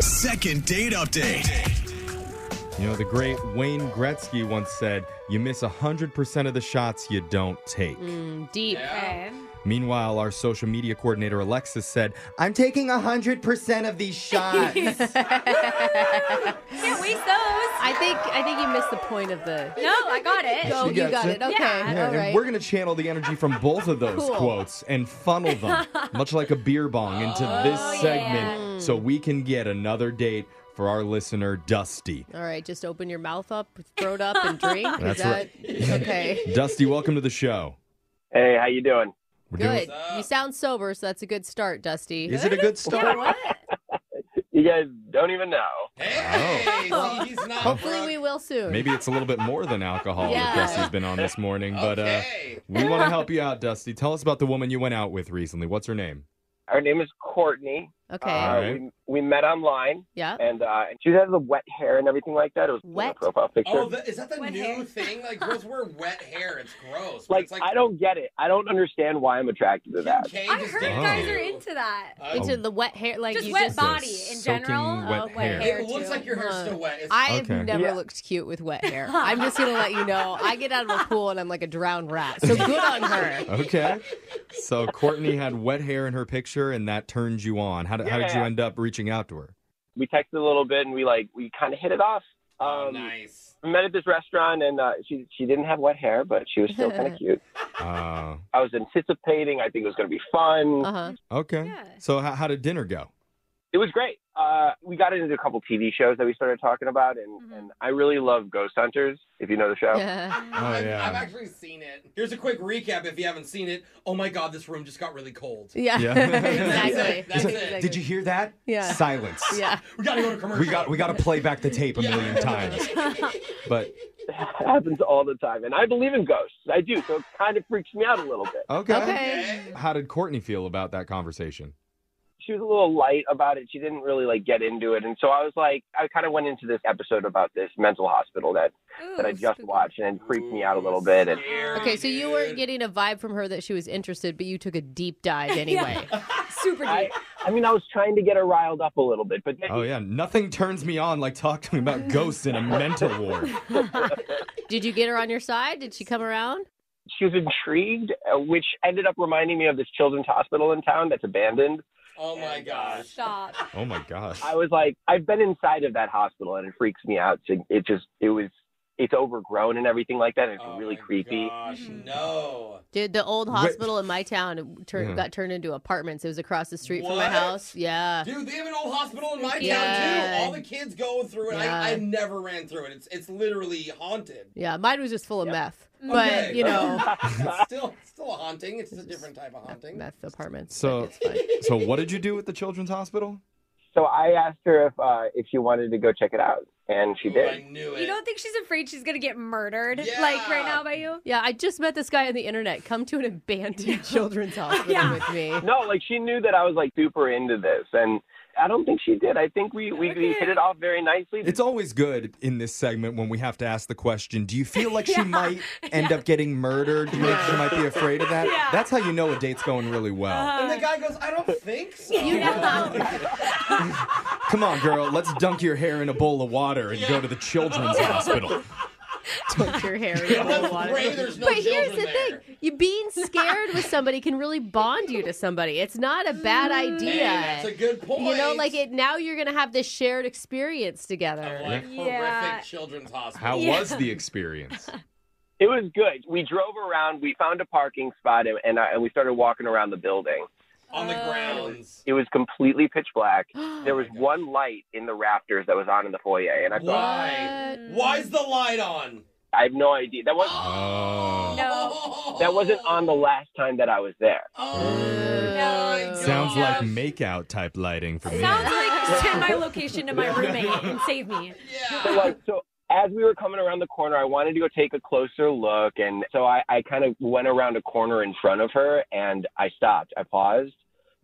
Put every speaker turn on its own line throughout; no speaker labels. Second date update.
You know, the great Wayne Gretzky once said, You miss 100% of the shots you don't take.
Deep.
Meanwhile, our social media coordinator, Alexis, said, I'm taking 100% of these shots.
Can't waste those.
I think I think you missed the point of the.
No, I got it.
Oh,
She
you
gets
got it.
it.
Okay.
Yeah.
Yeah,
All
and
right.
we're going to channel the energy from both of those
Cool.
quotes and funnel them, much like a beer bong, into
Oh,
this segment so we can get another date for our listener, Dusty.
All right. Just open your mouth up, throat up, and drink. Is
That's
that- Okay.
Dusty, welcome to the show.
Hey, how you doing?
We're doing-
Good. You sound sober, so that's a good start, Dusty.
Is it a good start?
You guys don't even know.
Oh.
Hopefully, we will soon.
Maybe it's a little bit more than alcohol
Yeah.
that Dusty's been on this morning, but uh, we want to help you out, Dusty. Tell us about the woman you went out with recently. What's her name?
Her name is Courtney.
Okay.
Uh,
Alright.
we, we met online,
yeah.
and uh, and she had the wet hair and everything like that. It was in the
Wet?
profile picture.
Oh, that, is that the
Wet
new
hair.
thing? Like girls wear wet hair. It's gross. but
like,
it's like
I don't get it. I don't understand why I'm attracted to that.
Kincaid
I
is
heard
doing
guys
it.
are into that.
oh.
Uh,
Into the wet hair, like
Just
you
wet
just.
So
body in
soaking
general.
wet
Oh,
hair.
it looks
too.
like your hair's
Huh.
still wet. It's-
I've
Okay.
never
Yeah.
looked cute with wet hair. I'm just gonna let you know. I get out of a pool and I'm like a drowned rat. So good on her.
Okay. So Courtney had wet hair in her picture, and that turned you on. How did, how did you
Yeah.
end up reaching out to her?
We texted a little bit, and we like we kind of hit it off. Um,
oh, nice.
We met at this restaurant, and uh, she she didn't have wet hair, but she was still kind of cute.
Uh,
I was anticipating. I think it was going to be fun.
Uh huh.
okay.
Yeah.
So how, how did dinner go?
It was great. Uh, we got into a couple TV shows that we started talking about, and,
Mhm.
and I really love Ghost Hunters. If you know the show.
Mm-hmm. Yeah.
Oh,
I've,
yeah.
I've actually seen it. Here's a quick recap if you haven't seen it. Oh my god, this room just got really cold.
Yeah.
Yeah.
exactly.
That's it.
Exactly.
Did you hear that?
Yeah.
Silence.
Yeah.
We gotta go to commercial.
We got we got to play back the tape a million times. But
It happens all the time. And I believe in ghosts. I do. So it kind of freaks me out a little bit.
okay.
Okay.
How did Courtney feel about that conversation?
She was a little light about it. She didn't really like get into it. And so I was like, I kind of went into this episode about this mental hospital that,
Ooh,
that I just
spooky.
watched and it freaked me out a little bit. And
Scary,
Okay, so you
dude.
weren't getting a vibe from her that she was interested, but you took a deep dive anyway.
Super deep.
I, I mean, I was trying to get her riled up a little bit, but then
Oh yeah, nothing turns me on like talking about ghosts in a mental ward.
Did you get her on your side? Did she come around?
she was intrigued, uh, which ended up reminding me of this children's hospital in town that's abandoned.
Oh my
uh,
gosh.
Stop.
Oh my gosh.
I was like, I've been inside of that hospital and it freaks me out. So it just, it was, it's overgrown and everything like that. It's
Oh
really
my
creepy.
Gosh,
Mhm.
no.
Did the old
Wait.
hospital in my town tur-
Yeah.
got turned into apartments? It was across the street from my
What?
house. Yeah.
Dude, they have an old hospital in my
Yeah.
town too. All the kids go through it.
Yeah.
I, I never ran through it. It's it's literally haunted.
Yeah, mine was just full of meth.
Okay.
But, you know,
It's still it's still a haunting. It's just a different type of haunting.
meth apartments.
So-
it's fine.
So what did you do at the children's hospital?
So I asked her if uh, if she wanted to go check it out, and she
Ooh, Oh, I
did.
knew it.
You don't think she's afraid she's gonna get murdered
Yeah.
like right now by you?
Yeah, I just met this guy on the internet. Come to an abandoned children's hospital
Yeah.
with me.
No, like she knew that I was like super into this, and I don't think she did. I think we, we, we hit it off very nicely.
It's always good in this segment when we have to ask the question, do you feel like she
Yeah.
might end up getting murdered? Do you think she might be afraid of that?
Yeah. Uh-huh.
That's how you know a date's going really well.
And the
uh,
guy goes, I don't think so.
You know.
Come on, girl, let's dunk your hair in a bowl of water and go to the children's hospital.
Dunk your hair in a bowl of
Let's
water.
pray there's no
But here's the
children there.
thing: you being scared with somebody can really bond you to somebody. It's not a bad idea.
Mm. Hey, that's a good point.
you know, like it now you're gonna have this shared experience together.
Of, like
Yeah.
horrific children's hospital.
How
Yeah.
was the experience?
It was good. We drove around. We found a parking spot and and, I, and we started walking around the building.
on the
Oh.
grounds.
It was completely pitch black. There was one light in the rafters that was on in the foyer, and I thought,
Why? Why's the light on?
I have no idea. That was
Oh.
No.
that wasn't on the last time that I was there.
Oh, my
No.
gosh.
Sounds like makeout type lighting for me.
Sounds like send my location to my roommate and save me.
So
Yeah.
like so. As we were coming around the corner, I wanted to go take a closer look, and so I, I kind of went around a corner in front of her, and I stopped. I paused,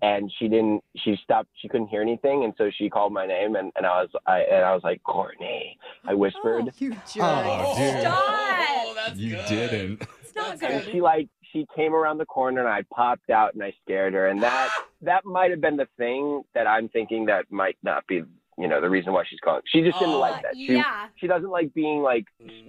and she didn't. She stopped. She couldn't hear anything, and so she called my name, and, and I was I, and I was like Courtney. I whispered,
you jerk.
Oh, dude.
Oh, that's
You
good.
didn't.
It's not
and
good.
she like she came around the corner and I popped out and I scared her and that that might have been the thing that I'm thinking that might not be you know the reason why she's calling. She just didn't
Oh,
like that. She
yeah.
she doesn't like being like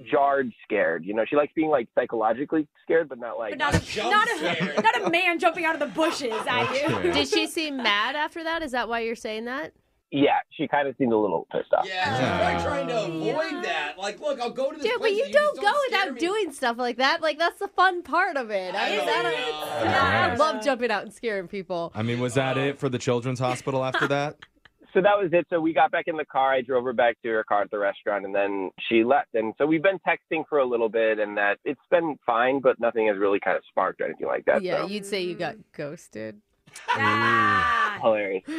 jarred scared. You know she likes being like psychologically scared but not like
But not a,
jump
not,
scare.
a, not a man jumping out of the bushes at you.
Okay.
Did she seem mad after that? Is that why you're saying that?
yeah she kind of seemed a little pissed off.
Yeah,
Yeah.
she's like trying to avoid
Yeah.
that. Like, look, I'll go to this
Dude, but
place,
you
just
don't go
scare
without
me.
doing stuff like that. Like that's the fun part of it. I,
I
mean,
don't
I, don't-
know.
Yeah, I
Nice.
love jumping out and scaring people.
I mean, was that it for the children's hospital after that?
So that was it. So we got back in the car. I drove her back to her car at the restaurant and then she left. And so we've been texting for a little bit and that it's been fine but nothing has really kind of sparked or anything like that.
yeah,
so.
you'd say you got ghosted.
Ah.
hilarious. so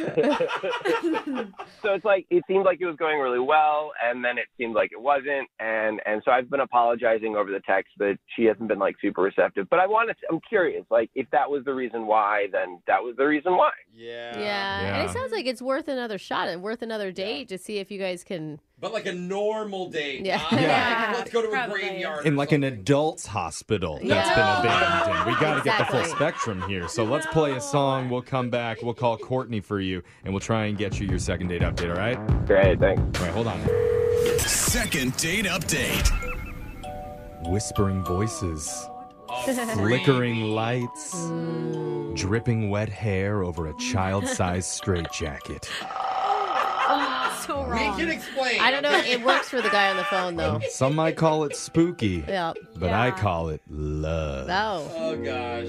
it's like it seemed like it was going really well, and then it seemed like it wasn't, and and so I've been apologizing over the text, but she hasn't been like super receptive. But I want to, I'm curious, like if that was the reason why, then that was the reason why.
Yeah.
Yeah. and
Yeah.
it sounds like it's worth another shot and worth another date to see if you guys can.
But like a normal date.
Yeah.
not
Yeah.
Like, let's go to a
Probably.
graveyard.
In
or
like an
something.
adult's hospital that's
Yeah.
been abandoned. We got to get the full
Exactly.
spectrum here. So let's play a song. We'll come back. We'll call Courtney for you, and we'll try and get you your second date update. All right? All
Great, thanks.
right, hold on.
Second date update.
Whispering voices,
Oh,
flickering lights, dripping wet hair over a child-sized straitjacket.
So
We
wrong.
can explain.
I don't know. It works for the guy on the phone though.
Some might call it spooky,
Yeah.
but I call it love.
Oh.
Oh gosh.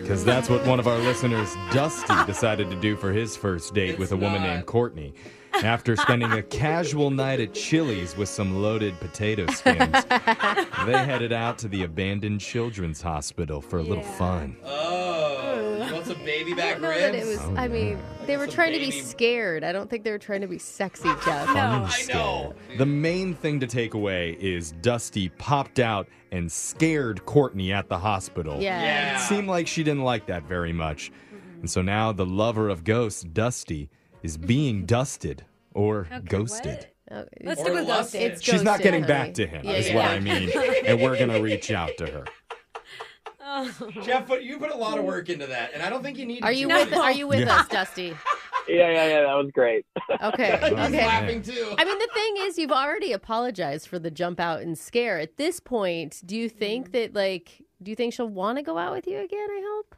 Because that's what one of our listeners, Dusty, decided to do for his first date with
It's
a woman
not.
named Courtney. After spending a casual night at Chili's with some loaded potato skins, they headed out to the abandoned children's hospital for a little fun.
Oh. You want some baby
I
back
don't know that it
ribs?
was.
Oh,
I mean, they were
some
trying to be
baby-
scared. I don't think they were trying to be sexy, Jeff.
Fun
No.
and
I know.
scare. The main thing to take away is Dusty popped out and scared Courtney at the hospital.
Yeah.
Yeah.
Seemed like she didn't like that very much.
Mm-hmm.
And so now the lover of ghosts, Dusty, is being dusted or ghosted.
Oh, it's-
Let's
Or
stick with
lust.
ghosted.
it's
She's not
ghosted,
getting
honey.
back to him,
Yeah,
is
yeah,
what
yeah.
I mean. and we're going to reach out to her.
Oh.
oh.
Jeff, but you put a lot of work into that, and I don't think you need.
Are
to
you
do
with?
it.
Are you with
Yeah.
us, Dusty?
Yeah, yeah, yeah. That was great.
Okay.
He's
Okay.
laughing too.
I mean, the thing is, you've already apologized for the jump out and scare. At this point, do you think that, like, do you think she'll want to go out with you again? I hope.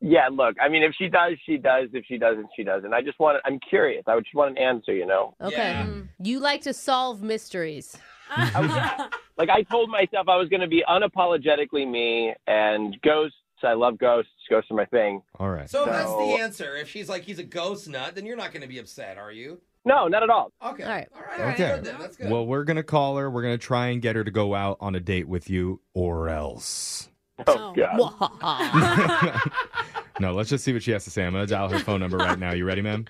Yeah, look, I mean, if she does, she does. If she doesn't, she doesn't. I just want, I'm curious. I just want an answer, you know.
Okay.
Yeah.
You like to solve mysteries.
Like I told myself I was going to be unapologetically me and ghosts. I love ghosts. Ghosts are my thing.
All right.
So if that's
No.
the answer. If she's like he's a ghost nut, then you're not going to be upset, are you?
No, not at all.
Okay.
All right.
All right. all right,
Okay.
good then, That's good.
Well, we're going to call her. We're going to try and get her to go out on a date with you or else.
Oh, God.
No, let's just see what she has to say. I'm going to dial her phone number right now. You ready, ma'am?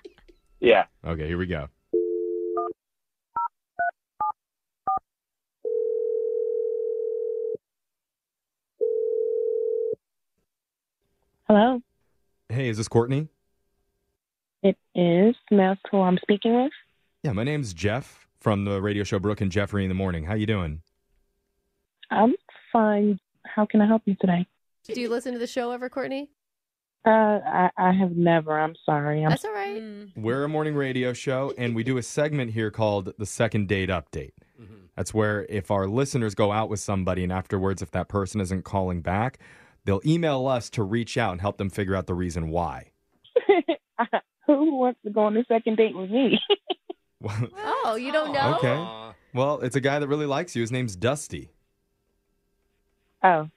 Yeah.
Okay, here we go.
Hello.
Hey, is this Courtney?
It is. May I ask who I'm speaking with?
Yeah, my name's Jeff from the radio show Brooke and Jeffrey in the Morning. How you doing?
I'm fine. How can I help you today?
Do you listen to the show ever, Courtney?
Uh, I, I have never. I'm sorry. I'm
That's all right.
Mm.
We're a morning radio show, and we do a segment here called the Second Date Update. That's where if our listeners go out with somebody and afterwards, if that person isn't calling back, they'll email us to reach out and help them figure out the reason why.
who wants to go on a second date with me?
Well,
Oh, you don't know?
Okay. well, it's a guy that really likes you. His name's Dusty.
oh,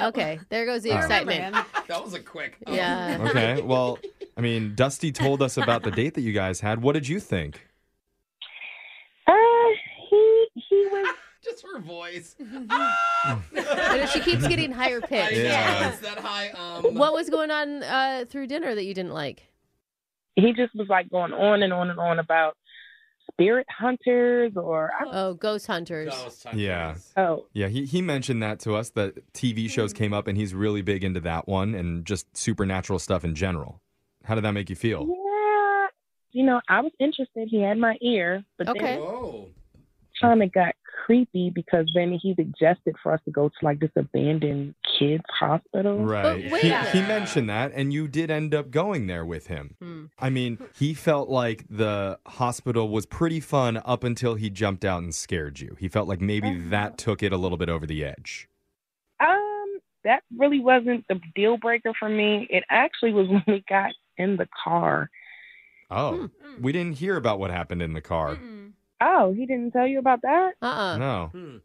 Okay, there goes the
All right.
excitement.
That was a quick. Um,
Yeah.
Okay. well, I mean, Dusty told us about the date that you guys had. What did you think?
uh, he he was.
Just her voice.
And she keeps getting higher
I
pitched.
know,
Yeah.
It's that high. Um,
What was going on uh, through dinner that you didn't like?
He just was like going on and on and on about spirit hunters or
Oh, ghost hunters.
That was time
Yeah.
for us.
oh
Yeah, he, he mentioned that to us that TV shows came up and he's really big into that one and just supernatural stuff in general. How did that make you feel?
yeah. You know, I was interested. He had my ear, but
Okay.
then
Whoa.
kind of got creepy because then he suggested for us to go to like this abandoned kids hospital.
Right.
But wait
He,
a
he
minute.
mentioned that and you did end up going there with him.
Hmm.
I mean, he felt like the hospital was pretty fun up until he jumped out and scared you. He felt like
Uh-huh.
maybe that took it a little bit over the edge.
Um, that really wasn't the deal breaker for me. It actually was when we got in the car.
Oh,
Hmm.
we didn't hear about what happened in the car.
Oh, he didn't tell you about that?
Uh-uh.
No.
Hmm.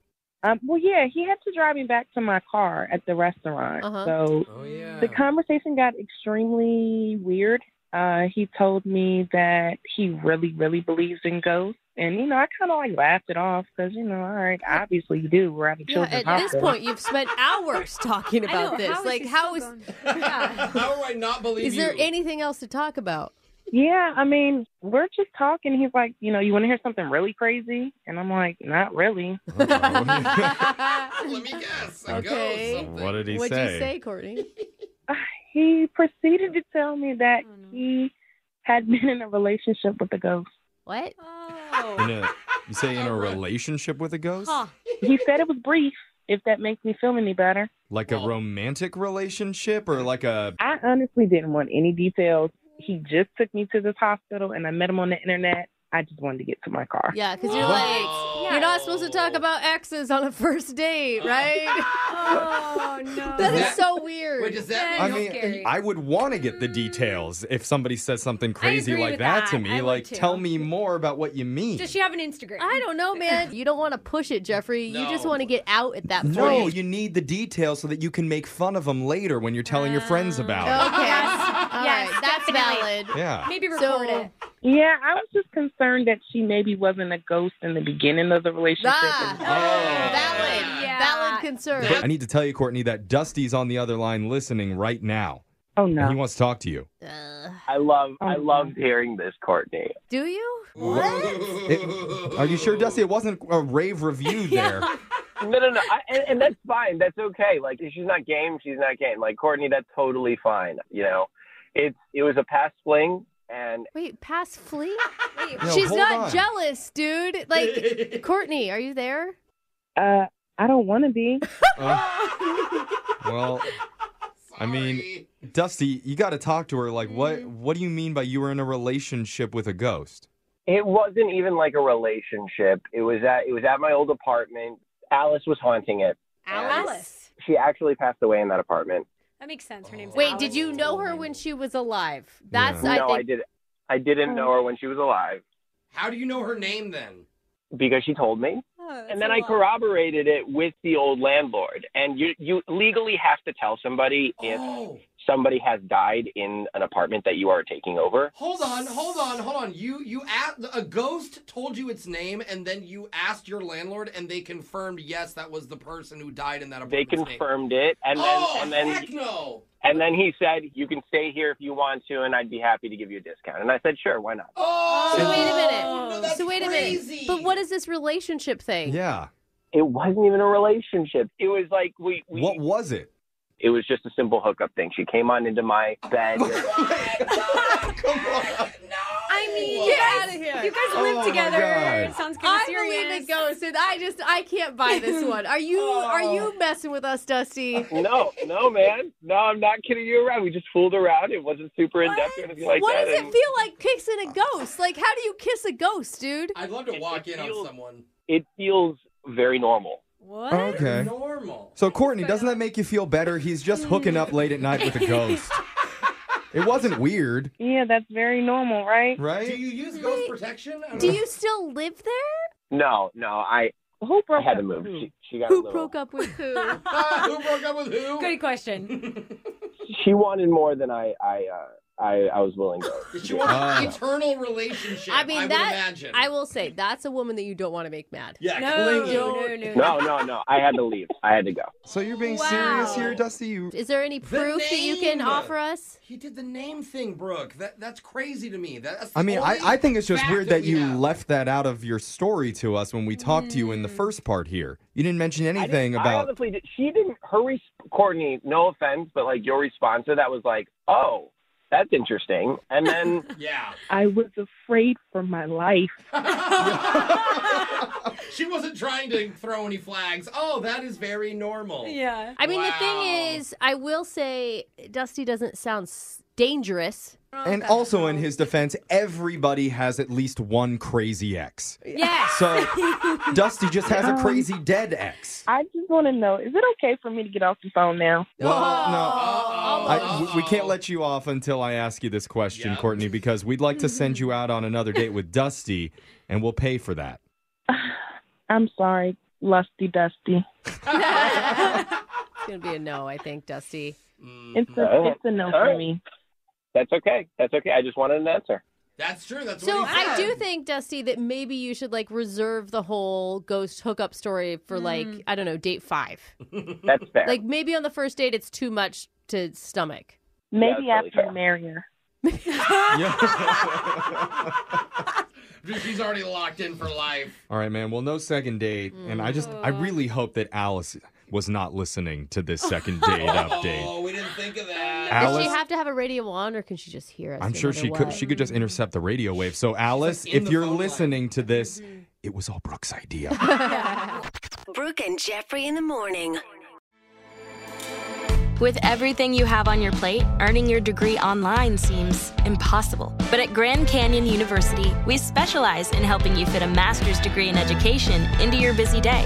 Um, well, yeah, he had to drive me back to my car at the restaurant.
Uh-huh.
So
Oh yeah.
the conversation got extremely weird. Uh, he told me that he really, really believes in ghosts. And, you know, I kind of like laughed it off because, you know, all right, obviously you do. We're at a
Yeah,
children's
at this
hospital.
point, you've spent hours talking
I know,
about this.
How is
like,
this
how is
still going?
How do I not believe
is there
you?
anything else to talk about?
Yeah, I mean, we're just talking. He's like, you know, you want to hear something really crazy? And I'm like, not really.
Uh.
Let me guess. A
Okay.
ghost, something.
What did he
What'd
say?
you say, Courtney?
He proceeded to tell me that
Oh, no.
he had been in a relationship with a ghost.
What?
In
Oh.
a, you say in a
Alright.
relationship with a ghost?
Huh.
He said it was brief, if that makes me feel any better.
Like a
Well-
romantic relationship
Mm.
or like a
I honestly didn't want any details. He just took me to this hospital and I met him on the internet. I just wanted to get to my car.
Yeah, because you're
Whoa.
like, you're not supposed to talk about exes on a first date, right?
Oh no.
that is
That-
so weird.
Wait, does that
I
I
mean?
know.
mean,
scary.
I would want to get the details if somebody says something crazy
agree
like
with
that, to
that.
me.
I would
like,
too.
tell me more about what you mean.
Does she have an Instagram?
I don't know, man. You don't want to push it, Jeffrey. You just
No.
want to get out at that point.
no, you need the details so that you can make fun of them later when you're telling your friends
Oh.
about
Okay.
it.
All
Yes,
right, That's
definitely.
valid.
Yeah.
Maybe record
So-
it.
Yeah, I was just concerned that she maybe wasn't a ghost in the beginning of the relationship.
Ah,
Oh.
valid.
Yeah.
Valid concern.
But I need to tell you, Courtney, that Dusty's on the other line listening right now.
Oh,
And he
no.
wants to talk to you.
Uh,
I love, I
Oh.
loved hearing this, Courtney.
do you?
It- are you sure, Dusty? It wasn't a rave review there.
No, no, no, I, and, and that's fine. That's okay. Like, if she's not game, she's not game. Like Courtney, that's totally fine. You know, it's it was a past fling, and
Wait, pass flee?
No,
She's
hold
not
on.
jealous, dude. Like, Courtney, are you there?
Uh, I don't want to be.
Uh, well, I mean,
Sorry.
Dusty, you got to talk to her. Like, what? What do you mean by you were in a relationship with a ghost?
It wasn't even like a relationship. It was at it was at my old apartment. Alice was haunting it.
Alice.
She actually passed away in that apartment.
That makes sense. Her name's
Wait,
Alice.
did you know her when she was alive? That's
Yeah.
I
no,
think. Oh.
I did. I didn't know her when she was alive
How do you know her name then?
because she told me,
Oh,
and then I corroborated it with the old landlord. And you you legally have to tell somebody if
Oh,
somebody has died in an apartment that you are taking over.
hold on, hold on, hold on. You you asked a ghost told you its name, and then you asked your landlord, and they confirmed yes, that was the person who died in that
They
apartment.
confirmed it, and then
oh,
and then
heck no.
and then he said, "You can stay here if you want to, and I'd be happy to give you a discount." And I said, "Sure, why not?"
Oh,
So wait a minute.
no, that's
so wait a
crazy.
minute. But what is this relationship thing?
Yeah.
It wasn't even a relationship. It was like we, we
What was it?
It was just a simple hookup thing. She came on into my bed.
Come on.
I mean,
Yes.
you guys, you guys
Oh my
live together.
God.
It sounds good.
I
to your
believe
wins.
it goes. And I just I can't buy this one. Are you are you
Oh.
messing with us, Dusty?
No, no, man. No, I'm not kidding you around. We just fooled around. It wasn't super in depth or anything like
what
that.
does it
and
feel like kissing a ghost? Like how do you kiss a ghost, dude?
I'd love to
It-
walk
it
in on
feels-
someone.
It feels very normal.
What?
Okay.
Normal.
So, Courtney, doesn't that make you feel better? He's just hooking up late at night with a ghost. It wasn't weird,
Yeah, that's very normal, right?
Do
right?
you use ghost protection? I don't
Do
know.
you still live there?
No, no, I,
Who
I
broke
had
up
to move.
with who?
She, she got a
Who
little-
broke up with who?
Ah, who broke up with who?
Good question.
She wanted more than I, I, uh, I, I was willing to.
She wants an
Ah.
eternal relationship.
I mean
would
that
Imagine.
I will say that's a woman that you don't want to make mad.
Yeah,
No,
clingy.
no, no, no.
No, no, no. I had to leave. I had to go.
So you're being
Wow.
serious here, Dusty? You
Is there any proof that you can
name.
offer us?
He did the name thing, Brooke. That that's crazy to me. That- That's
I mean,
the
I,
only
I think it's just
fact
weird that
that we
you
have.
left that out of your story to us when we talked to you in the first part here. You didn't mention
I
anything
didn't- I
about
honestly, did, she didn't. Her res- Courtney, no offense, but like your response to that was like, "Oh, that's interesting," and then
Yeah.
I was afraid for my life.
she wasn't trying to throw any flags. Oh, that is very normal.
Yeah.
I mean, the
Wow.
thing is, I will say Dusty doesn't sound s- dangerous.
And also, in his defense, everybody has at least one crazy ex.
Yes.
So Dusty just has a crazy dead ex.
Um, I just want to know, is it okay for me to get off the phone now?
Well, no.
Uh-oh.
I, w- we can't let you off until I ask you this question,
Yeah.
Courtney, because we'd like to send you out on another date with Dusty, and we'll pay for that.
I'm sorry, lusty dusty.
It's gonna be a no, I think, Dusty.
Mm,
It's a, it's a no for me.
that's okay. That's okay. I just wanted an answer.
That's true. That's
So
what he
I
said.
do think, Dusty, that maybe you should like reserve the whole ghost hookup story for like I don't know, date five.
That's fair.
Like maybe on the first date, it's too much to stomach.
Maybe
Yeah, that's
after
really
you marry her.
she's already locked in for life.
All right, man. Well, no second date, and I just I really hope that Alice was not listening to this second date update.
Oh, we didn't think of that.
Al-
Does
Alice-
she have to have a radio on, or can she just hear us?
I'm
no
sure
matter
she could
what?
she could just intercept the radio wave. So Alice,
in
if
the
you're
phone line.
listening to this, it was all Brooke's idea.
Brooke and Jeffrey in the morning.
With everything you have on your plate, earning your degree online seems impossible. But at Grand Canyon University, we specialize in helping you fit a master's degree in education into your busy day.